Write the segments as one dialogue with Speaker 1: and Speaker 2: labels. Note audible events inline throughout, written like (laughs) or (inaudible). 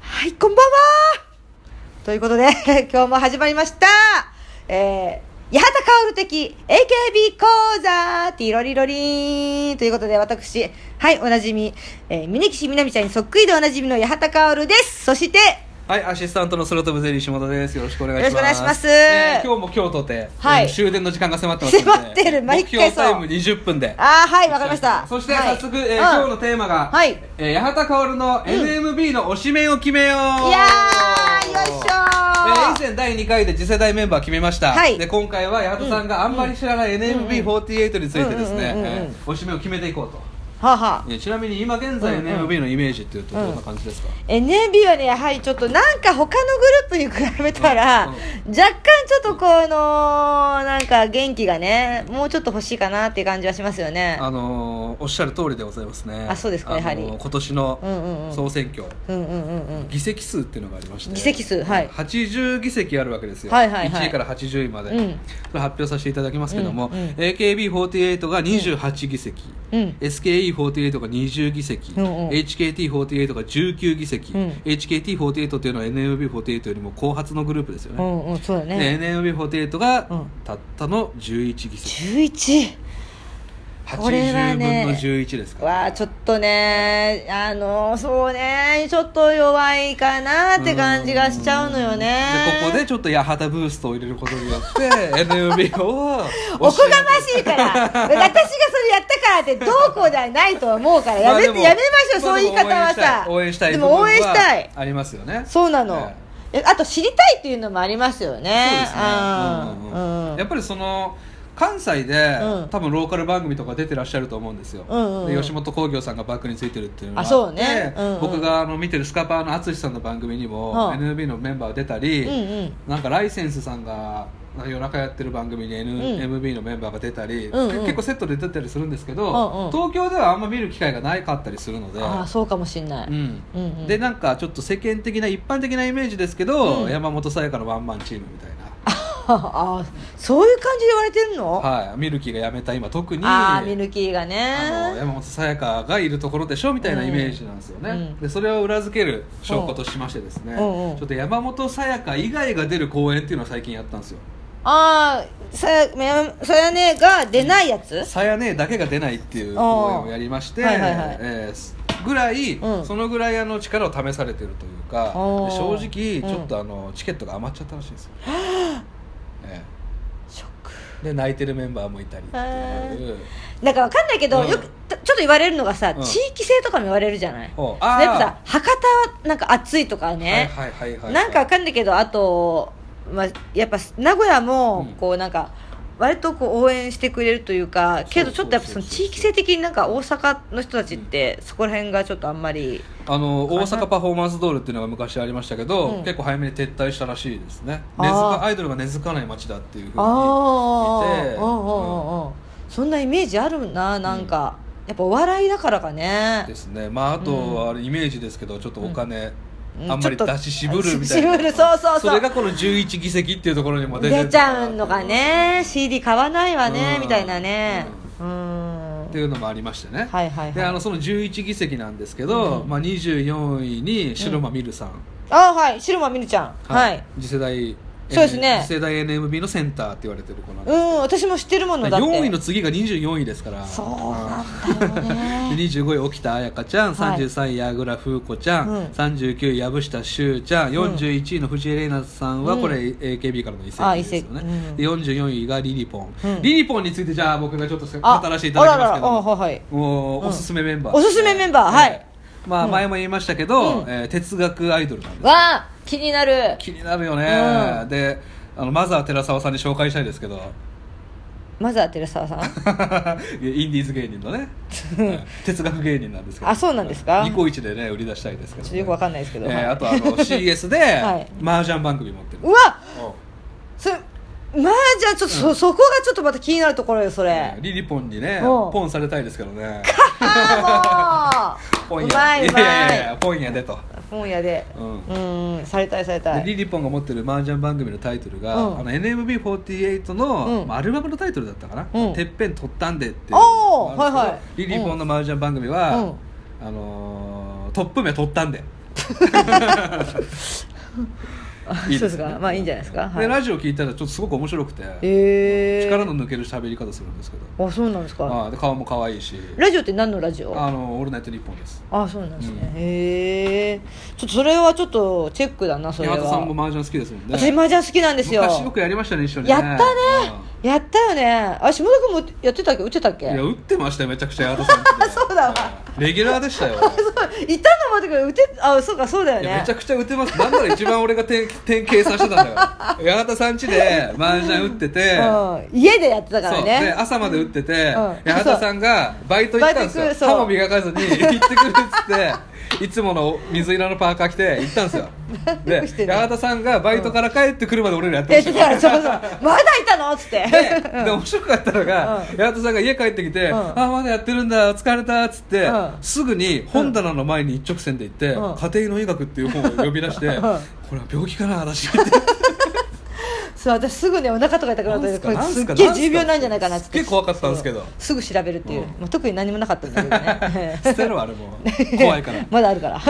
Speaker 1: はい、こんばんはということで、 (laughs) 今日も始まりましたえー、八幡薫的 AKB 講座ティロリロリーンということで、私、はい、おなじみ、えー、峯岸みなみちゃんにそっくりでおなじみの八幡薫ですそして、
Speaker 2: はい、アシスタントの空飛ぶゼリー下田です。よろしくお願いします。
Speaker 1: よろしくお願いします
Speaker 2: ね今日も今日とて、
Speaker 1: はい
Speaker 2: えー終電の時間が迫ってますので、
Speaker 1: 迫ってる毎回そう
Speaker 2: 目標タイム20分で。
Speaker 1: あー、はい、わかりました。
Speaker 2: そして
Speaker 1: はい
Speaker 2: 早速、
Speaker 1: うん
Speaker 2: えー今日のテーマが、
Speaker 1: はい
Speaker 2: えー八幡薫の NMB の推しメンを決めよう。
Speaker 1: いやー、よいしょ
Speaker 2: えー以
Speaker 1: ー、
Speaker 2: 前第2回で次世代メンバー決めました、
Speaker 1: はい
Speaker 2: で今回は八幡さんがあんまり知らない NMB48 についてですね
Speaker 1: うんうんうんうんうん
Speaker 2: えー推しメンを決めていこうと
Speaker 1: はあはあ
Speaker 2: いやちなみに今現在
Speaker 1: うんうん
Speaker 2: NMB のイメージっていうとどんな感じですか、
Speaker 1: NMB はねやはりちょっとなんか他のグループに比べたら、
Speaker 2: うんうん
Speaker 1: 若干ちょっとこのなんか元気がねもうちょっと欲しいかなっていう感じはしますよね
Speaker 2: あのーおっしゃる通りでございますね
Speaker 1: あそうですか
Speaker 2: あのー
Speaker 1: やはり
Speaker 2: 今年
Speaker 1: うんうんう
Speaker 2: の
Speaker 1: ん
Speaker 2: 総選挙、
Speaker 1: うんうんうんうん
Speaker 2: 議席数っていうのがありまして
Speaker 1: 議席数はい
Speaker 2: 80議席あるわけですよ、
Speaker 1: はいはいはい
Speaker 2: 1位から80位まで、
Speaker 1: うん
Speaker 2: それ発表させていただきますけども、
Speaker 1: うんうん
Speaker 2: AKB48 が28議席、
Speaker 1: うん
Speaker 2: SKE48 が20議席、
Speaker 1: うんうん
Speaker 2: HKT48 が19議席、
Speaker 1: うん
Speaker 2: HKT48 っていうのは NMB48 よりも後発のグループですよ
Speaker 1: う
Speaker 2: ね、
Speaker 1: んうんそうだね
Speaker 2: で NMB48 が
Speaker 1: うん
Speaker 2: たったの11議席、
Speaker 1: 11
Speaker 2: 80
Speaker 1: これは
Speaker 2: 分の
Speaker 1: ね
Speaker 2: 11ですから、
Speaker 1: わあちょっとねあのそうねちょっと弱いかなって感じがしちゃうのよね
Speaker 2: でここでちょっと八幡ブーストを入れることによって (laughs) NMB を
Speaker 1: おこがましい
Speaker 2: (laughs)
Speaker 1: から私がそれやったからってどうこうではないとは思うからやめて、やめましょう、そういう言い方はさ
Speaker 2: 応援したい
Speaker 1: でも応援したい
Speaker 2: 部分はありますよね
Speaker 1: そうなの、
Speaker 2: ね
Speaker 1: えあと知りたいっていうのもありますよ
Speaker 2: そう
Speaker 1: ね
Speaker 2: ですね
Speaker 1: う
Speaker 2: うんうん
Speaker 1: ん
Speaker 2: う
Speaker 1: うんん
Speaker 2: やっぱりその関西で、
Speaker 1: うん
Speaker 2: 多分ローカル番組とか出てらっしゃると思うんですよ、
Speaker 1: うんうんうん
Speaker 2: で吉本興業さんがバックについてるっていうのが
Speaker 1: あそうね
Speaker 2: って
Speaker 1: うんうん
Speaker 2: 僕があの見てるスカパーの淳さんの番組にも、
Speaker 1: はあ
Speaker 2: NMB のメンバーが出たり、
Speaker 1: うんうん
Speaker 2: なんかライセンスさんがなんか夜中やってる番組に NMB のメンバーが出たり、
Speaker 1: うんうん
Speaker 2: け結構セットで出たりするんですけど、
Speaker 1: うんうん
Speaker 2: 東京ではあんま見る機会がないかったりするので、
Speaker 1: ああそうかもしんない、
Speaker 2: うん
Speaker 1: うんうん
Speaker 2: でなんかちょっと世間的な一般的なイメージですけど、
Speaker 1: うん
Speaker 2: 山本さやかのワンマンチームみたいな、
Speaker 1: (laughs) ああそういう感じで言われてるの、
Speaker 2: はい、ミルキーが辞めた今特に
Speaker 1: ああミルキーが
Speaker 2: あの
Speaker 1: ね
Speaker 2: 山本さやかがいるところでしょみたいなイメージなんですよね、
Speaker 1: うんうん
Speaker 2: でそれを裏付ける証拠としましてですね、
Speaker 1: うんうん
Speaker 2: ちょっと山本さやか以外が出る公演っていうのを最近やったんですよ
Speaker 1: ああさやめさやねが出ないやつ、
Speaker 2: さやねだけが出ないっていう公演をやりまして、
Speaker 1: あーはいはいはい
Speaker 2: えーすぐらい、
Speaker 1: うん
Speaker 2: そのぐらいあの力を試されてるというかで
Speaker 1: おー
Speaker 2: 正直
Speaker 1: うん
Speaker 2: ちょっとあの、チケットが余っちゃったらしいんですよ、え
Speaker 1: ショック
Speaker 2: えで泣いてるメンバーもいたりっていう
Speaker 1: なんかわかんないけど、
Speaker 2: うん
Speaker 1: よくたちょっと言われるのがさ、
Speaker 2: うん
Speaker 1: 地域性とかも言われるじゃない、
Speaker 2: ほうあー
Speaker 1: やっぱさ博多はなんか暑いとかね、
Speaker 2: はいはいはいはい
Speaker 1: なんかわかんないけどあと、まあ、やっぱ名古屋も
Speaker 2: うん
Speaker 1: こうなんか、割とこう応援してくれるというかけどちょっとやっぱそ
Speaker 2: そうそうそうそう
Speaker 1: の地域性的になんか大阪の人たちってそこら辺がちょっとあんまり、
Speaker 2: あの大阪パフォーマンスドールっていうのが昔ありましたけど、
Speaker 1: うん
Speaker 2: 結構早めに撤退したらしいですね
Speaker 1: あー
Speaker 2: 根付かアイドルが根付かない街だっていうふうに
Speaker 1: あ
Speaker 2: 見て
Speaker 1: あうんうんうんうんそんなイメージあるななんか、やっぱお笑いだからかね
Speaker 2: ですねまああとはあれイメージですけどちょっとお金、
Speaker 1: うん
Speaker 2: あんまり
Speaker 1: ちょっと
Speaker 2: 出し渋るみたいな
Speaker 1: し渋るそうそうそう
Speaker 2: れがこの11議席っていうところにも出てる
Speaker 1: 出ちゃうのがね CD 買わないわね
Speaker 2: うん
Speaker 1: みたいなねうん
Speaker 2: っていうのもありましてね、
Speaker 1: はいはい
Speaker 2: であ
Speaker 1: はい
Speaker 2: のその11議席なんですけど、
Speaker 1: うん
Speaker 2: まあ、24位に白間美るさん、
Speaker 1: あはいシルマみるちゃんはい
Speaker 2: 次世代
Speaker 1: そうですね
Speaker 2: 次世代 NMB のセンターって言われてる子なんで
Speaker 1: う
Speaker 2: す
Speaker 1: ん私も知ってるものだって
Speaker 2: 4位の次が24位ですから
Speaker 1: そう
Speaker 2: うん
Speaker 1: なんだよ
Speaker 2: で
Speaker 1: ね
Speaker 2: 25位沖田彩香ちゃん、
Speaker 1: はい
Speaker 2: 33位矢倉風子ちゃん、
Speaker 1: うん
Speaker 2: 39位藪下柊ちゃん41位の藤井玲奈さんは
Speaker 1: うん
Speaker 2: これ AKB からの移籍
Speaker 1: あ
Speaker 2: ですよね、
Speaker 1: 移籍うん
Speaker 2: で44位がリリポン、
Speaker 1: うん
Speaker 2: リリポンについてじゃあ僕がちょっと語
Speaker 1: あ
Speaker 2: らせていただ
Speaker 1: あ
Speaker 2: きますけど
Speaker 1: らららあ
Speaker 2: も
Speaker 1: はいはい
Speaker 2: もう
Speaker 1: うん
Speaker 2: おすすめメンバー、
Speaker 1: おすすめメンバーはい
Speaker 2: まあ
Speaker 1: うん
Speaker 2: 前も言いましたけど、
Speaker 1: うん
Speaker 2: えー哲学アイドルなんです
Speaker 1: わあ気になる
Speaker 2: 気になるよね、
Speaker 1: うん
Speaker 2: であのマザー寺澤さんに紹介したいですけど
Speaker 1: まずは寺澤さん
Speaker 2: (laughs) いやインディーズ芸人の
Speaker 1: (laughs)
Speaker 2: ねはい哲学芸人なんですけど
Speaker 1: あそうなんですか
Speaker 2: ニコイチでね売り出したいですけど、
Speaker 1: ちょっ
Speaker 2: ね、
Speaker 1: とよくわかんないですけど
Speaker 2: えー
Speaker 1: はい
Speaker 2: あとあの
Speaker 1: (laughs)
Speaker 2: CS で、
Speaker 1: はい
Speaker 2: 麻雀番組持ってる
Speaker 1: うわ
Speaker 2: お
Speaker 1: それまあじゃあちょっとそそこがちょっとまた気になるところよそ
Speaker 2: ね
Speaker 1: れ
Speaker 2: リリポンにね
Speaker 1: お
Speaker 2: ポンされたいですけどね
Speaker 1: ああも
Speaker 2: ポ
Speaker 1: う
Speaker 2: ン
Speaker 1: う
Speaker 2: や
Speaker 1: まいうま
Speaker 2: いやいやい
Speaker 1: い
Speaker 2: やポンやでと
Speaker 1: 本屋で
Speaker 2: うん
Speaker 1: うんされたいされた
Speaker 2: で
Speaker 1: い
Speaker 2: リリポンが持ってる麻雀番組のタイトルが、
Speaker 1: うん
Speaker 2: あの NMB48 の、
Speaker 1: うん
Speaker 2: まあアルバムのタイトルだったかな「
Speaker 1: うん
Speaker 2: てっぺん取ったんで」っていう
Speaker 1: おー
Speaker 2: のがあるんですけ
Speaker 1: はいはい
Speaker 2: どリリポンの麻雀番組は、
Speaker 1: うん (laughs)
Speaker 2: あのートップ名取ったんで
Speaker 1: あそう
Speaker 2: い
Speaker 1: で
Speaker 2: いですすね
Speaker 1: かまあいいんじゃないですか、はい
Speaker 2: でラジオ聞いたらちょっとすごく面白くて
Speaker 1: えー、
Speaker 2: 力の抜ける喋り方するんですけど
Speaker 1: あそうなんですか、
Speaker 2: ああで顔も可愛いし
Speaker 1: ラジオって何のラジオあ
Speaker 2: あのオールナイトニッポンです
Speaker 1: そうなんですね、
Speaker 2: うん
Speaker 1: へえちょっとそれはちょっとチェックだなそれは
Speaker 2: 八幡さんも麻雀好きですもんね
Speaker 1: 私麻雀好きなんですよ
Speaker 2: 昔よくやりましたね一緒にね
Speaker 1: やったねやったよねあ下田君もやってたっけ打ってたっけ
Speaker 2: うんいや打ってましたよめちゃくちゃ八幡さん
Speaker 1: (laughs) そうだわ
Speaker 2: わレギュラーで
Speaker 1: (laughs)
Speaker 2: したよ
Speaker 1: そういたのまでから打てあそうかそうだよ
Speaker 2: い
Speaker 1: ね
Speaker 2: やめちゃくちゃ打てますなんなら一番俺が点点計算してたん
Speaker 1: (laughs)
Speaker 2: だよ八幡さん家で麻雀打ってて
Speaker 1: うん、家でやってたから
Speaker 2: そうで
Speaker 1: ね
Speaker 2: 朝まで打ってて、
Speaker 1: うん
Speaker 2: 八幡さんがバイト行ったんです
Speaker 1: バイト行くそう
Speaker 2: よ歯も磨かずに
Speaker 1: (laughs)
Speaker 2: 行ってくるっつっていつもの水色のパーカー着て行ったんですよ
Speaker 1: (laughs) よくして
Speaker 2: で
Speaker 1: る
Speaker 2: 八幡さんがバイトから帰ってくるまで俺らやって
Speaker 1: や
Speaker 2: ま
Speaker 1: って
Speaker 2: したた
Speaker 1: からそうそうまだいたのっつって
Speaker 2: でで面白かったのが、
Speaker 1: うん
Speaker 2: 八幡さんが家帰ってきて「
Speaker 1: うん
Speaker 2: ああまだやってるんだ疲れた」っつって、
Speaker 1: うん
Speaker 2: すぐに本棚の前に一直線で行って「
Speaker 1: うん
Speaker 2: 家庭の医学」っていう本を呼び出して「
Speaker 1: ん
Speaker 2: これは病気かな
Speaker 1: (laughs)
Speaker 2: 私」って「
Speaker 1: (laughs) そう私すぐねお腹とか痛くなった
Speaker 2: なん
Speaker 1: 時
Speaker 2: す
Speaker 1: こ
Speaker 2: か
Speaker 1: れ
Speaker 2: なん
Speaker 1: す
Speaker 2: す
Speaker 1: っ
Speaker 2: か
Speaker 1: げえ
Speaker 2: なんすか
Speaker 1: 重病なんじゃないかなっつって
Speaker 2: すっげえ怖かったんですけど
Speaker 1: そうすぐ調べるっていう、
Speaker 2: うん
Speaker 1: まあ、特に何もなかったんだけどね
Speaker 2: (laughs) 捨てろあれもう怖いから」
Speaker 1: (laughs) まだあるから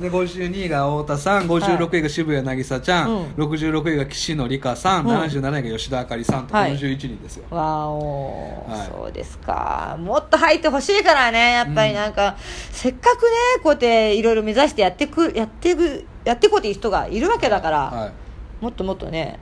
Speaker 2: で52位が太田さん56位が渋谷渚ちゃん、
Speaker 1: はいうん
Speaker 2: 66位が岸野里香さん、
Speaker 1: うん
Speaker 2: 77位が吉田あかりさんと
Speaker 1: はい
Speaker 2: 41人ですよ、
Speaker 1: わお、
Speaker 2: はい
Speaker 1: そうですかもっと入ってほしいからねやっぱりなんか、せっかくねこうやっていろいろ目指してやってくやってくやってこうっていう人がいるわけだから、
Speaker 2: はい
Speaker 1: もっともっとね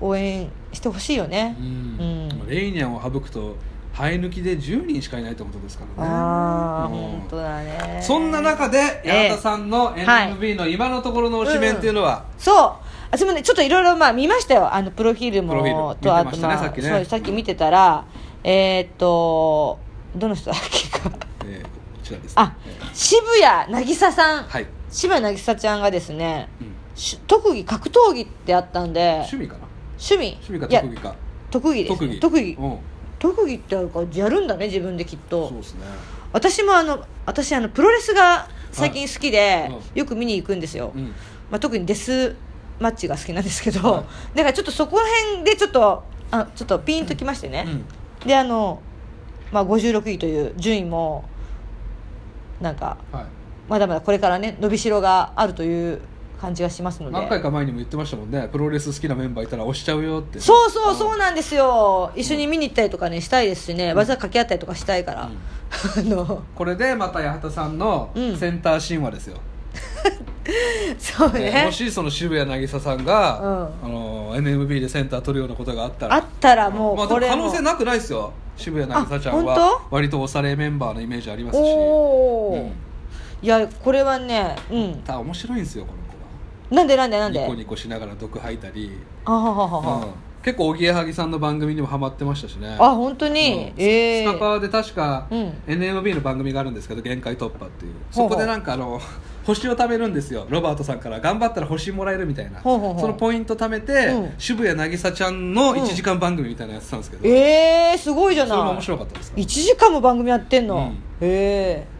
Speaker 1: 応援してほしいよね、
Speaker 2: う
Speaker 1: う
Speaker 2: ん
Speaker 1: ん
Speaker 2: レイニャンを省くと生え抜きで10人しかいないってことですからね
Speaker 1: ああ
Speaker 2: うん
Speaker 1: 本当だね
Speaker 2: そんな中で
Speaker 1: ええ
Speaker 2: 八幡さんの NMB の今のところの推しメンっていうのは、
Speaker 1: そう私もねちょっといろいろまあ見ましたよあのプロフィールも
Speaker 2: プロフィール
Speaker 1: とあ
Speaker 2: 見
Speaker 1: と
Speaker 2: てま
Speaker 1: ま
Speaker 2: し
Speaker 1: あ
Speaker 2: たねさっきね
Speaker 1: そうさっき見てたらえーっとどの人だっけか
Speaker 2: ええこちらです、
Speaker 1: あ
Speaker 2: え
Speaker 1: 渋谷渚さん、
Speaker 2: えはい、
Speaker 1: 渋谷渚ちゃんがですね
Speaker 2: うん
Speaker 1: し特技格闘技ってあったんで
Speaker 2: 趣味かな
Speaker 1: 趣味
Speaker 2: 趣味か
Speaker 1: いや
Speaker 2: 特技か
Speaker 1: 特技です、
Speaker 2: 特
Speaker 1: ね、
Speaker 2: 技
Speaker 1: 特技
Speaker 2: うん
Speaker 1: 特技ってあるからやるんだね自分できっと
Speaker 2: そうですね
Speaker 1: 私もあの私あのプロレスが最近好きで、
Speaker 2: う
Speaker 1: よく見に行くんですよ、
Speaker 2: うん
Speaker 1: まあ、特にデスマッチが好きなんですけど、
Speaker 2: は
Speaker 1: だからちょっとそこら辺でちょっとあちょっとピンときましてね、であの、まあ、56位という順位もなんか
Speaker 2: うんはい
Speaker 1: まだまだこれからね伸びしろがあるという感じがしますの
Speaker 2: 何回
Speaker 1: で
Speaker 2: か前にも言ってましたもんねプロレス好きなメンバーいたら押しちゃうよって
Speaker 1: そうそうそう
Speaker 2: う
Speaker 1: なんですよ一緒に見に行ったりとかねしたいですしね技掛け合ったりとかしたいから、 (laughs) あの
Speaker 2: これでまた八幡さんの
Speaker 1: うん
Speaker 2: センター神話ですよ、
Speaker 1: そうね
Speaker 2: ねもしその渋谷渚さんが、
Speaker 1: うん
Speaker 2: あの NMB でセンター取るようなことがあったら
Speaker 1: あったらも
Speaker 2: ま
Speaker 1: う
Speaker 2: あ、
Speaker 1: これ
Speaker 2: 可
Speaker 1: も
Speaker 2: 能性なくないですよ渋谷渚ちゃん
Speaker 1: あ
Speaker 2: は
Speaker 1: 本
Speaker 2: 割とおされメンバーのイメージありますし
Speaker 1: おお、
Speaker 2: うん
Speaker 1: いやこれはねうん
Speaker 2: ただ面白いんですよこの子
Speaker 1: な
Speaker 2: は
Speaker 1: んでなんでなんで
Speaker 2: ニコニコしながら毒吐いたり、
Speaker 1: あははは
Speaker 2: うん
Speaker 1: は、
Speaker 2: 結構おぎやはぎさんの番組にもハマってましたしね
Speaker 1: あ本当に、
Speaker 2: うん
Speaker 1: ええ
Speaker 2: スカパーで確か、
Speaker 1: うん
Speaker 2: NMB の番組があるんですけど「限界突破」っていう
Speaker 1: ほうほ
Speaker 2: そうこでなんかあの星を貯めるんですよロバートさんから頑張ったら星もらえるみたいな
Speaker 1: ほうほうほう
Speaker 2: そのポイント貯めて、
Speaker 1: うん
Speaker 2: 渋谷渚ちゃんの
Speaker 1: うん
Speaker 2: 1時間番組みたいなのやってたんですけど、
Speaker 1: ええすごいじゃ
Speaker 2: それも
Speaker 1: な
Speaker 2: 面
Speaker 1: い
Speaker 2: 白かったですから
Speaker 1: 一時間も番組やってんの、
Speaker 2: うん
Speaker 1: ええ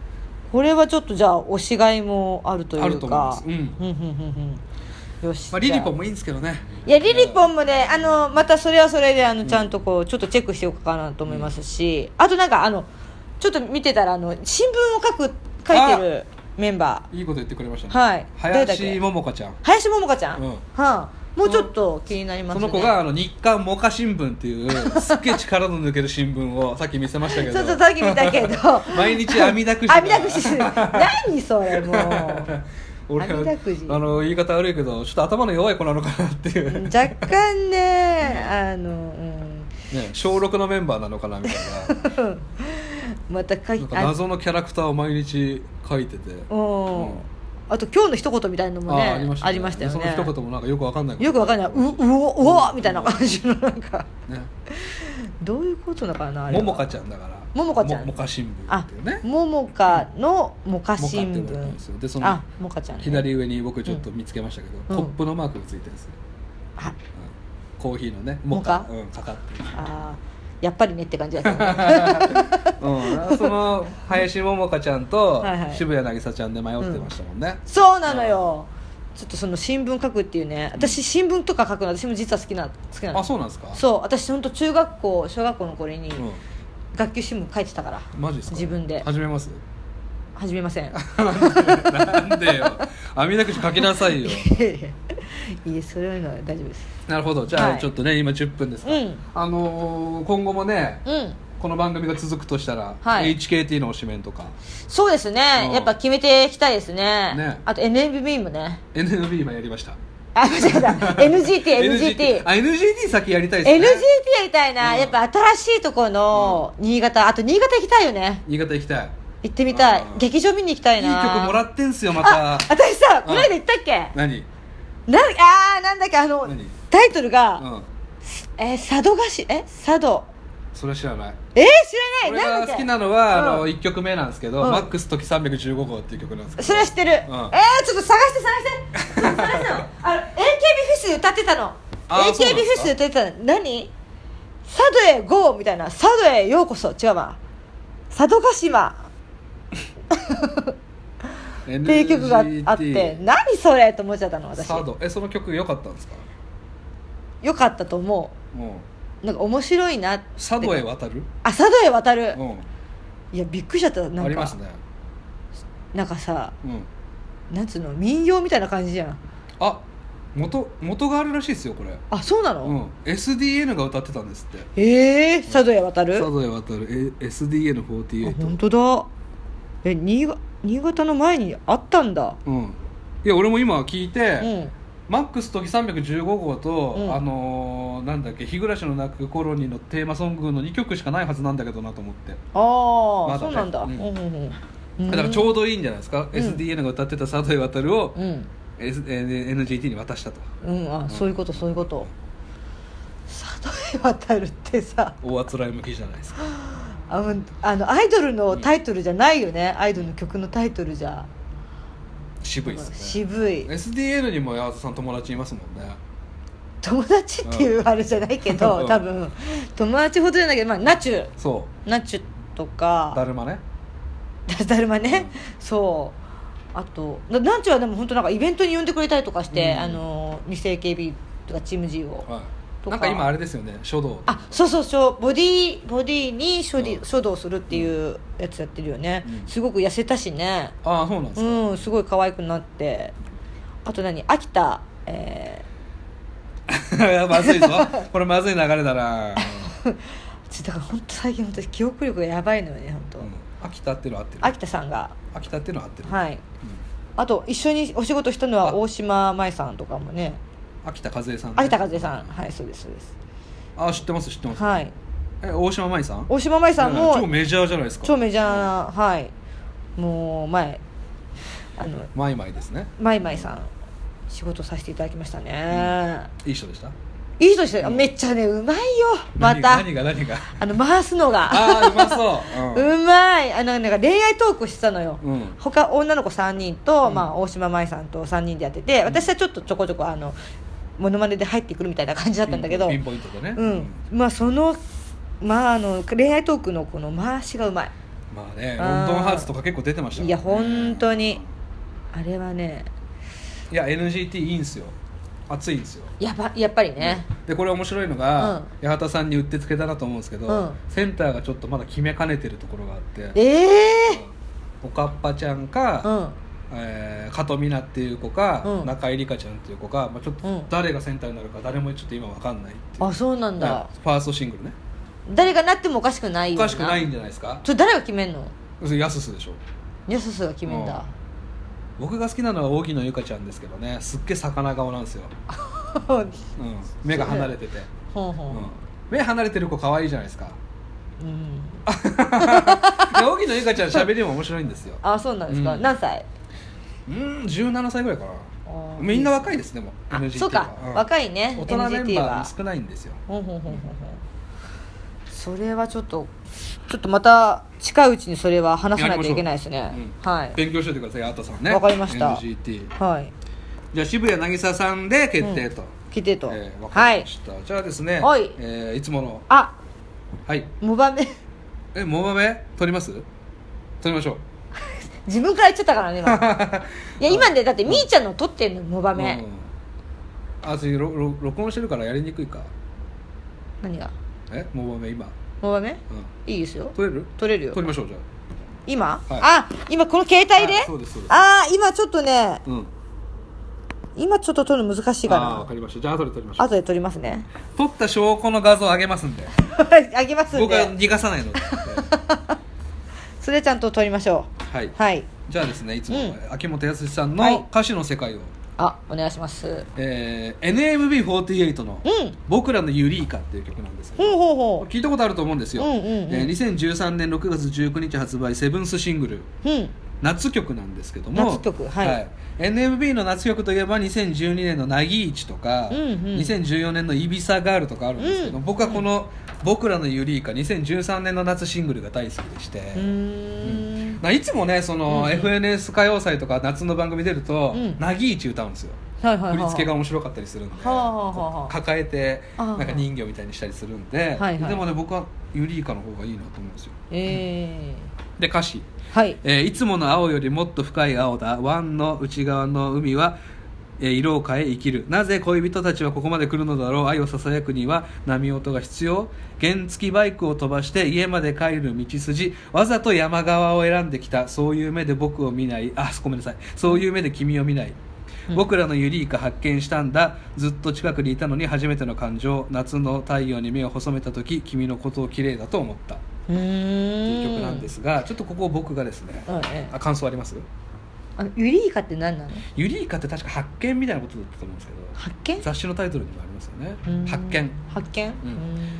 Speaker 1: これはちょっとじゃあ推しがいもあるというか
Speaker 2: あると思いますう
Speaker 1: ふ
Speaker 2: ん
Speaker 1: んふんふんふんよし、
Speaker 2: まあ、リリ
Speaker 1: じ
Speaker 2: ポ
Speaker 1: ゃ
Speaker 2: もいいんですけどね
Speaker 1: あいやリリポンもねあのまたそれはそれであのちゃんとこうちょっとチェックしておくかなと思いますし、あとなんかあのちょっと見てたらあの新聞を書く書いてるメンバー
Speaker 2: いいこと言ってくれましたね、
Speaker 1: はい誰だっけ
Speaker 2: 林桃香ちゃん
Speaker 1: 林桃香ちゃん、
Speaker 2: うん
Speaker 1: はあ、もうちょっと気になります
Speaker 2: そ
Speaker 1: ね
Speaker 2: の子があの日刊モカ新聞っていうすっげえ力の抜ける新聞を (laughs) さっき見せましたけど
Speaker 1: そうそうさっき見たけど
Speaker 2: (laughs) 毎日網だくじ
Speaker 1: あみだくじしてる何それもう
Speaker 2: (laughs) 俺は
Speaker 1: 網だくじ
Speaker 2: あの言い方悪いけどちょっと頭の弱い子なのかな
Speaker 1: (laughs)
Speaker 2: っていう、ね、
Speaker 1: 若干ねあの、うん、
Speaker 2: 小6のメンバーなのかなみたい
Speaker 1: (laughs)
Speaker 2: な
Speaker 1: また書
Speaker 2: ないん
Speaker 1: て
Speaker 2: か謎のキャラクターを毎日書いてて
Speaker 1: あうん
Speaker 2: うん
Speaker 1: あと今日の一言みたいのもね
Speaker 2: ありましたね
Speaker 1: よね
Speaker 2: その一言もなんかよくわかんないこと
Speaker 1: よくわかんないううおうおみたいな感じのなんか
Speaker 2: ね
Speaker 1: どういうことなのかなあれ
Speaker 2: も
Speaker 1: は
Speaker 2: もかちゃんだから
Speaker 1: ももかちゃん
Speaker 2: ももか新聞
Speaker 1: あ
Speaker 2: っていうね
Speaker 1: ももかのもか新
Speaker 2: もかって言われてるんですよ
Speaker 1: 聞
Speaker 2: でその
Speaker 1: あもかちゃん、ね、
Speaker 2: 左上に僕ちょっと見つけましたけど、
Speaker 1: うん
Speaker 2: コップのマークがついてるんですよ、
Speaker 1: あ
Speaker 2: うんコーヒーのね
Speaker 1: モ
Speaker 2: モ
Speaker 1: カ
Speaker 2: カうん、かかってる
Speaker 1: あーやっぱりねって感じだけど (laughs) ね
Speaker 2: うん、その林桃香ちゃんと
Speaker 1: はいはい
Speaker 2: 渋谷渚ちゃんで迷ってましたもんね、
Speaker 1: そうなのよちょっとその新聞書くっていうね私新聞とか書くの私も実は好きな好きなの
Speaker 2: あそうなんですか
Speaker 1: そう私本当中学校小学校の頃に
Speaker 2: う
Speaker 1: 学級新聞書いてたから
Speaker 2: ん、マジですか (laughs)
Speaker 1: 自分で
Speaker 2: 始めます
Speaker 1: 始めません
Speaker 2: なんでよ網だくじ書きなさ (laughs) いよ
Speaker 1: いいですそれいうのは大丈夫です
Speaker 2: なるほどじゃあ、
Speaker 1: はい
Speaker 2: ちょっとね今10分ですから、
Speaker 1: うん
Speaker 2: あのー今後もね
Speaker 1: うん
Speaker 2: この番組が続くとしたら、
Speaker 1: はい
Speaker 2: HKT の推しメンとか
Speaker 1: そうですね
Speaker 2: うん
Speaker 1: やっぱ決めていきたいですね
Speaker 2: ね
Speaker 1: あと NMB もね
Speaker 2: NMB 今やりました
Speaker 1: あ間違えた
Speaker 2: (laughs)
Speaker 1: NGTNGT
Speaker 2: あ NGT 先やりたい
Speaker 1: NGT
Speaker 2: ですね
Speaker 1: やりたいな、
Speaker 2: うん
Speaker 1: やっぱ新しいところの新潟あと新潟行きたいよね
Speaker 2: 新潟行きたい
Speaker 1: 行ってみたい
Speaker 2: うん
Speaker 1: 劇場見に行きた
Speaker 2: い
Speaker 1: い
Speaker 2: い
Speaker 1: な
Speaker 2: 曲もらってんすよま
Speaker 1: あ
Speaker 2: た
Speaker 1: 私さ
Speaker 2: ん
Speaker 1: この間言ったっけ、
Speaker 2: 何
Speaker 1: なんあーなんだっけあの
Speaker 2: 何
Speaker 1: タイトル
Speaker 2: う
Speaker 1: が
Speaker 2: ん
Speaker 1: 「えー佐渡菓子」え佐渡
Speaker 2: それは知らない
Speaker 1: えー、知らない
Speaker 2: 俺
Speaker 1: なんだ
Speaker 2: が
Speaker 1: っけ
Speaker 2: 好きなのは、
Speaker 1: うん
Speaker 2: あの1曲目なんですけど、
Speaker 1: うん
Speaker 2: マックス時315号っていう曲なんですけど
Speaker 1: それは知ってる、えー、ちょっと探して
Speaker 2: (laughs)
Speaker 1: 探して探してよあの AKB フェスで歌ってたの
Speaker 2: あ
Speaker 1: AKB
Speaker 2: ー
Speaker 1: フ
Speaker 2: そうなん
Speaker 1: ェ
Speaker 2: です
Speaker 1: ス
Speaker 2: か
Speaker 1: で歌ってたの何佐渡へ GO みたいな佐渡へようこそ違うわ佐渡島っていう曲があって何それと思っちゃったの私
Speaker 2: サードえその曲良かったんですか
Speaker 1: よかったと思
Speaker 2: も
Speaker 1: うなんか面白いなって
Speaker 2: う佐渡へ渡る
Speaker 1: あ佐渡へ渡る
Speaker 2: う
Speaker 1: いやびっくりしちゃったなん
Speaker 2: ん
Speaker 1: か
Speaker 2: ありますね
Speaker 1: なんかさ
Speaker 2: うん
Speaker 1: なんつうの民謡みたいな感じじゃん
Speaker 2: あ元元があるらしいですよこれ
Speaker 1: あそうなの、
Speaker 2: うん SDN が歌ってたんですって
Speaker 1: ええー、佐渡へ渡る
Speaker 2: 佐渡へ渡る
Speaker 1: あ
Speaker 2: え SDN48
Speaker 1: 本当だえ新潟新潟の前にあったんだ
Speaker 2: うんいや俺も今聞いうて、
Speaker 1: ん
Speaker 2: マックス時315号と、
Speaker 1: うん
Speaker 2: あのーなんだっけ「日暮らしの泣くコロニー」のテーマソングの2曲しかないはずなんだけどなと思って
Speaker 1: ああ、
Speaker 2: まだね
Speaker 1: そうなんだ、う
Speaker 2: うんん
Speaker 1: うんうん、
Speaker 2: だからち
Speaker 1: う
Speaker 2: ょうどいいんじゃないですか、SDN が歌ってた佐渡へ渡るを、
Speaker 1: どうん
Speaker 2: S- NGT に渡したと
Speaker 1: うんあそういうことそういうこと佐渡へ渡るってさ
Speaker 2: 大あつらい向きじゃないですか
Speaker 1: あうんあのアイドルのタイトルじゃないよね、アイドルの曲のタイトルじゃ
Speaker 2: 渋いですね
Speaker 1: 渋い
Speaker 2: SDN にも八幡さん友達いますもんね
Speaker 1: 友達っていうあれじゃないけど、
Speaker 2: うん
Speaker 1: 多分友達ほどじゃないけどまあナチュ
Speaker 2: そ
Speaker 1: ナチュと
Speaker 2: うだ
Speaker 1: か
Speaker 2: るまね
Speaker 1: だだるまね、そうあとなナチュはでも本当なんかイベントに呼んでくれたりとかして、
Speaker 2: うん
Speaker 1: あの二世 KB とかチーム G を
Speaker 2: はい
Speaker 1: とか
Speaker 2: なんか今あれですよね書道
Speaker 1: あそうそうそうボディボディに書
Speaker 2: う
Speaker 1: 道
Speaker 2: ん
Speaker 1: 書道するっていうやつやってるよね、
Speaker 2: うん
Speaker 1: すごく痩せたしね
Speaker 2: ああそうなんですか、
Speaker 1: うんすごい可愛くなってあと何秋田え
Speaker 2: (laughs) まずいぞこれまずい流れだな、
Speaker 1: ー、ちょだから本当最近本当記憶力がやばいのよね本当、
Speaker 2: うん、秋田っていうのは合ってる
Speaker 1: 秋田さんが
Speaker 2: 秋田っていうのは合ってる、
Speaker 1: はい
Speaker 2: うん
Speaker 1: あと一緒にお仕事したの
Speaker 2: あ
Speaker 1: は大島麻衣さんとかもね
Speaker 2: 秋田和恵さんね、
Speaker 1: 秋田和恵さんはいそうですそうです
Speaker 2: ああ知ってます知ってます、
Speaker 1: はい
Speaker 2: え大島麻衣さん
Speaker 1: 大島麻衣さんも
Speaker 2: うん超メジャーじゃないですか
Speaker 1: 超メジャーなはいもう前あの
Speaker 2: マイマイですね
Speaker 1: マイマイさん仕事させていただきましたね、
Speaker 2: いい人でした
Speaker 1: いい人でしたよめっちゃねうまいよま
Speaker 2: 何が
Speaker 1: た
Speaker 2: 何が何が
Speaker 1: あの回すのが
Speaker 2: ああうまそう、うん
Speaker 1: うまいあのなんか恋愛トークしてたのよ、
Speaker 2: うん
Speaker 1: 他女の子3人と、
Speaker 2: うん
Speaker 1: まあ、大島麻衣さんと3人でやってて私はちょっとちょこちょこあのモノマネで入ってくるみたいな感じだったんだけど、
Speaker 2: ピンポイントでね
Speaker 1: うんまあその,、まあ、あの恋愛トークのこの回しがうまい
Speaker 2: まあね
Speaker 1: あー
Speaker 2: ロンドンハーツとか結構出てましたから
Speaker 1: いや本当にあれはね
Speaker 2: いや NGT いいんすよ熱いんすよ
Speaker 1: やばやっぱりね、
Speaker 2: でこれ面白いのが、
Speaker 1: う
Speaker 2: 八幡さんにうってつけだなと思うんですけど、
Speaker 1: うん
Speaker 2: センターがちょっとまだ決めかねてるところがあって
Speaker 1: ええ
Speaker 2: おかっぱちゃん
Speaker 1: ー、う
Speaker 2: か、
Speaker 1: ん
Speaker 2: えー加藤美奈っていう子か、
Speaker 1: うん
Speaker 2: 中井梨花ちゃんっていう子か、まあ、ちょっ
Speaker 1: う
Speaker 2: と
Speaker 1: ん
Speaker 2: 誰がセンターになるか誰もちょっと今わかんないっていう
Speaker 1: あそうなんだ、
Speaker 2: はいファーストシングルね
Speaker 1: 誰がなってもおかしくない
Speaker 2: お
Speaker 1: よな
Speaker 2: かしくないんじゃないですか
Speaker 1: それ誰が決めんの
Speaker 2: それやすすでしょ
Speaker 1: ヤススが決めんだ、
Speaker 2: 僕が好きなのは荻野由香ちゃんですけどねすっげえ魚顔なんですよ、
Speaker 1: (laughs) ほん
Speaker 2: うん、目が離れてて、
Speaker 1: ほん
Speaker 2: う
Speaker 1: ほ
Speaker 2: ん
Speaker 1: ん、
Speaker 2: 目離れてる子可愛いじゃないですか
Speaker 1: うん
Speaker 2: で荻野由香ちゃん喋りも面白いんですよ
Speaker 1: あそうなんですか、
Speaker 2: うん
Speaker 1: 何歳
Speaker 2: うん17歳ぐらいか
Speaker 1: あ
Speaker 2: な
Speaker 1: ー
Speaker 2: みんな若いですねもう
Speaker 1: あ
Speaker 2: NGT
Speaker 1: そうか、
Speaker 2: はん
Speaker 1: 若いね
Speaker 2: 大人メン
Speaker 1: NGT
Speaker 2: バ
Speaker 1: は
Speaker 2: ー少ないんですよ
Speaker 1: ほんほんほんほんほんそれはちょっとちょっとまた近いうちにそれは話さないといけないですね
Speaker 2: やりましょ、う
Speaker 1: はい、
Speaker 2: 勉強しておいてくださいあとさんね
Speaker 1: わかりました
Speaker 2: NGT
Speaker 1: はい
Speaker 2: じゃあ渋谷渚さんで決定と、
Speaker 1: 聞いてと、
Speaker 2: えーわか
Speaker 1: は
Speaker 2: り
Speaker 1: い
Speaker 2: ました、じゃあですね、
Speaker 1: はい
Speaker 2: えーいつもの
Speaker 1: あ
Speaker 2: はい
Speaker 1: モバメ (laughs)
Speaker 2: えモバメ取ります取りましょう
Speaker 1: 自分から言っちゃったからね
Speaker 2: (laughs)
Speaker 1: 今いや今ねだってみーちゃんの撮ってるのモバメ、
Speaker 2: うん、あ次ろろ録音してるからやりにくいか
Speaker 1: 何が
Speaker 2: えモバメ今、
Speaker 1: モバメ
Speaker 2: う
Speaker 1: いいですよ
Speaker 2: ん、取れる
Speaker 1: 撮れるよ
Speaker 2: 取りましょうじゃ
Speaker 1: 今、
Speaker 2: はい
Speaker 1: あ今この携帯で、
Speaker 2: はいそうですそうです
Speaker 1: ああ今ちょっとね
Speaker 2: あうん
Speaker 1: 今ちょっと撮るの難しいか
Speaker 2: あー
Speaker 1: な
Speaker 2: わかりましたじゃあ後で撮りましょう
Speaker 1: 後で撮りますね (laughs)
Speaker 2: 撮った証拠の画像あげますんで
Speaker 1: あげますん
Speaker 2: 僕は
Speaker 1: で
Speaker 2: 逃がさないので
Speaker 1: それちゃんと撮りましょ
Speaker 2: はい、
Speaker 1: う (laughs) はい
Speaker 2: じゃあですねいつも
Speaker 1: うん
Speaker 2: 秋元康さん
Speaker 1: は
Speaker 2: の
Speaker 1: い
Speaker 2: 歌手の世界を、
Speaker 1: あお願いします
Speaker 2: えー NMB48 の
Speaker 1: うん
Speaker 2: 「僕らのユリイカ」っていう曲なんですけど
Speaker 1: ほうほうほ
Speaker 2: 聞いたことあると思うんですよ、
Speaker 1: うんうんうん
Speaker 2: えー2013年6月19日発売セブンスシングル
Speaker 1: ううん
Speaker 2: 夏曲なんですけども
Speaker 1: 夏曲はい
Speaker 2: NMB の夏曲といえば2012年の「なぎいち」とか、
Speaker 1: うんうん
Speaker 2: 2014年の「いびさガール」とかあるんですけど、
Speaker 1: うん
Speaker 2: 僕はこの「僕らのユリイカ」2013年の夏シングルが大好きでして、
Speaker 1: うーん
Speaker 2: まあいつもねその、
Speaker 1: うんうん
Speaker 2: FNS 歌謡祭とか夏の番組出ると
Speaker 1: うん
Speaker 2: 「なぎいち」歌うんですよ
Speaker 1: はいはいはい
Speaker 2: 振り付けが
Speaker 1: は
Speaker 2: 面白かったりするんで、
Speaker 1: はあはあはあ
Speaker 2: 抱えて
Speaker 1: ああ
Speaker 2: なんか人形みたいにしたりするんで、
Speaker 1: はいはい
Speaker 2: でもね僕はユリイカの方がいいなと思うんですよ
Speaker 1: え
Speaker 2: で歌詞、
Speaker 1: ー、はい
Speaker 2: えーいつもの青よりもっと深い青だ湾の内側の海は、えー色を変え生きるなぜ恋人たちはここまで来るのだろう愛をささやくには波音が必要原付きバイクを飛ばして家まで帰る道筋わざと山側を選んできたそういう目で僕を見ないあごめんなさいそういう目で君を見ない
Speaker 1: うん
Speaker 2: 僕らのユリイカ発見したんだずっと近くにいたのに初めての感情夏の太陽に目を細めた時君のことを綺麗だと思った
Speaker 1: う
Speaker 2: と
Speaker 1: ー
Speaker 2: い
Speaker 1: ん
Speaker 2: う曲なんですがちょっとここを僕がですね
Speaker 1: うんえ
Speaker 2: あ感想あります
Speaker 1: あのユリイカって何なの
Speaker 2: ユリイカって確か発見みたいなことだったと思うんですけど
Speaker 1: 発見
Speaker 2: 雑誌のタイトルにもありますよね
Speaker 1: うーん
Speaker 2: 発見み
Speaker 1: 発見
Speaker 2: うん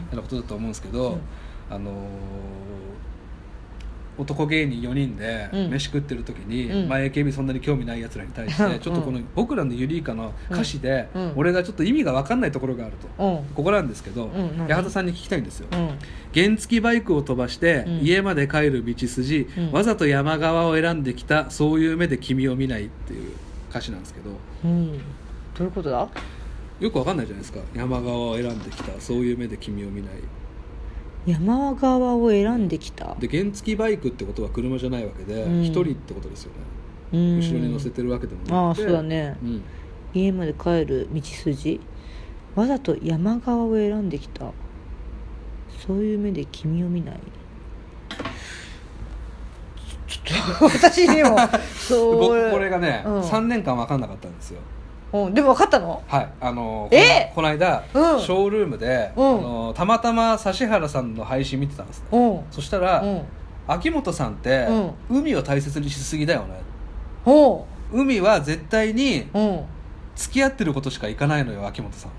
Speaker 2: たいなことだと思うんですけど、
Speaker 1: うん
Speaker 2: あのー男芸人4人で
Speaker 1: うん
Speaker 2: 飯食ってる時に、
Speaker 1: うん
Speaker 2: まあ AKB そんなに興味ないやつらに対して、
Speaker 1: うん
Speaker 2: ちょっとこの僕らのユリイカの歌詞で、
Speaker 1: うんうん
Speaker 2: 俺がちょっと意味が分かんないところがあると、
Speaker 1: うんうん
Speaker 2: ここなんですけど、
Speaker 1: ん何
Speaker 2: 八幡さんに聞きたいんですよ、
Speaker 1: うん
Speaker 2: 原付きバイクを飛ばして、
Speaker 1: うん
Speaker 2: 家まで帰る道筋、
Speaker 1: うん
Speaker 2: わざと山側を選んできたそういう目で君を見ないっていう歌詞なんですけど
Speaker 1: うんどういうことだ
Speaker 2: よくわかんないじゃないですか山側を選んできたそういう目で君を見ない
Speaker 1: 山側を選んできた
Speaker 2: で原付きバイクってことは車じゃないわけで一、
Speaker 1: うん
Speaker 2: 人ってことですよね
Speaker 1: うん
Speaker 2: 後ろに乗せてるわけでもなくて
Speaker 1: ああそうだね
Speaker 2: うん
Speaker 1: 家まで帰る道筋わざと山側を選んできたそういう目で君を見ないちょっと私にもそう
Speaker 2: (laughs) 僕これがね、
Speaker 1: うん
Speaker 2: 3年間わかんなかったんですよ
Speaker 1: うん、でも分かったの
Speaker 2: はいあの
Speaker 1: え
Speaker 2: このこの間、
Speaker 1: うん
Speaker 2: ショールームで、
Speaker 1: うん
Speaker 2: あのたまたま指原さんの配信見てたんですね
Speaker 1: うんうん
Speaker 2: そしたら、秋元さんって、海を大切にしすぎだよね
Speaker 1: うん
Speaker 2: 海は絶対に
Speaker 1: うん
Speaker 2: 付き合ってることしかいかないのよ秋元さん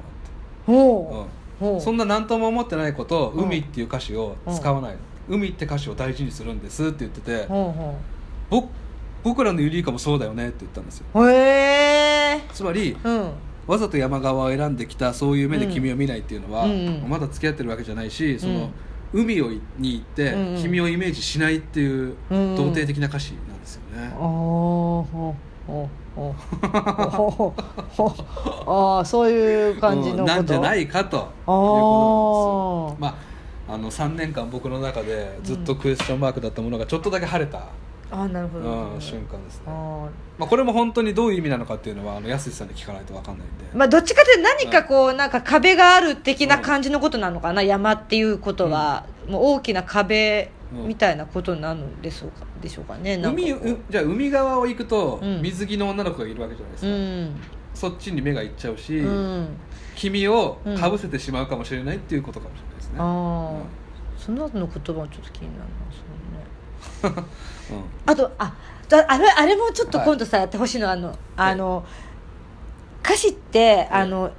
Speaker 2: は
Speaker 1: うん
Speaker 2: って、
Speaker 1: う
Speaker 2: うんん、そんな何とも思ってないことを「
Speaker 1: うん
Speaker 2: 海」っていう歌詞を使わない、海って歌詞を大事にするんですって言ってて、
Speaker 1: うん
Speaker 2: ぼ僕らのユリイカもそうだよねって言ったんですよ
Speaker 1: うんへえ
Speaker 2: つまり
Speaker 1: うん
Speaker 2: わざと山側を選んできたそういう目で君を見ないっていうのは、
Speaker 1: うんうんうん
Speaker 2: まだ付き合ってるわけじゃないしその、
Speaker 1: うん
Speaker 2: 海をいに行って、
Speaker 1: うんうん
Speaker 2: 君をイメージしないっていう
Speaker 1: うん
Speaker 2: 童貞的な歌詞なんですよね、
Speaker 1: おーおおおああそういう感じのこと、
Speaker 2: うんなんじゃないいかという
Speaker 1: ああ、
Speaker 2: ことなんですよまああの3年間僕の中でずっとクエスチョンマークだったものがちょっとだけ晴れた、
Speaker 1: ああなるほ
Speaker 2: う
Speaker 1: ど、
Speaker 2: ん瞬間ですね、
Speaker 1: あ
Speaker 2: まあ、これも本当にどういう意味なのかっていうのはあの安井さんに聞かないと分かんないんで、
Speaker 1: ーまあどっちかというと何かこうなんか壁がある的な感じのことなのかな、山っていうことは、もう大きな壁みたいなことなのでしょうかでしょうかねなんかこ
Speaker 2: 海
Speaker 1: う
Speaker 2: うじゃあ海側を行くと
Speaker 1: うん
Speaker 2: 水着の女の子がいるわけじゃないです
Speaker 1: う
Speaker 2: か、
Speaker 1: ん
Speaker 2: そっちに目が行っちゃうし、
Speaker 1: うん
Speaker 2: 君をかぶせてしまうかもしれないっていうことかもしれないですね、
Speaker 1: ああ、
Speaker 2: うん
Speaker 1: その後の言葉もちょっと気になりますよね
Speaker 2: うん
Speaker 1: あとあだあれあれもちょっと
Speaker 2: はい
Speaker 1: 今度さ、やってほしいのあのあの歌詞ってあの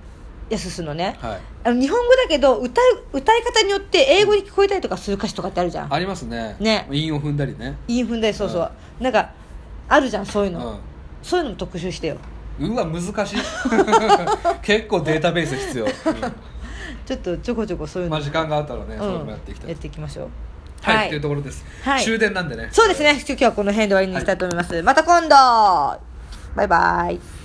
Speaker 1: やすすのね
Speaker 2: はい、
Speaker 1: あの日本語だけど歌う歌い方によって英語に聞こえたりとかする歌詞とかってあるじゃん
Speaker 2: ありますね
Speaker 1: ね
Speaker 2: 韻を踏んだりね
Speaker 1: 韻踏んだりそうそう、なんかあるじゃんそういう
Speaker 2: う
Speaker 1: の、
Speaker 2: ん
Speaker 1: そういうのも特集してよ
Speaker 2: うわ難しい結構データベース必要、
Speaker 1: ちょっとちょこちょこそういう
Speaker 2: ま
Speaker 1: の、
Speaker 2: あ時間があったらね、そういうの
Speaker 1: うん
Speaker 2: もやっていきたい
Speaker 1: やっていきましょう
Speaker 2: はい、というところです、
Speaker 1: はい
Speaker 2: 終電なんでね
Speaker 1: そうですね今日はこの辺で終わりにしたいと思います、また今度バイバイ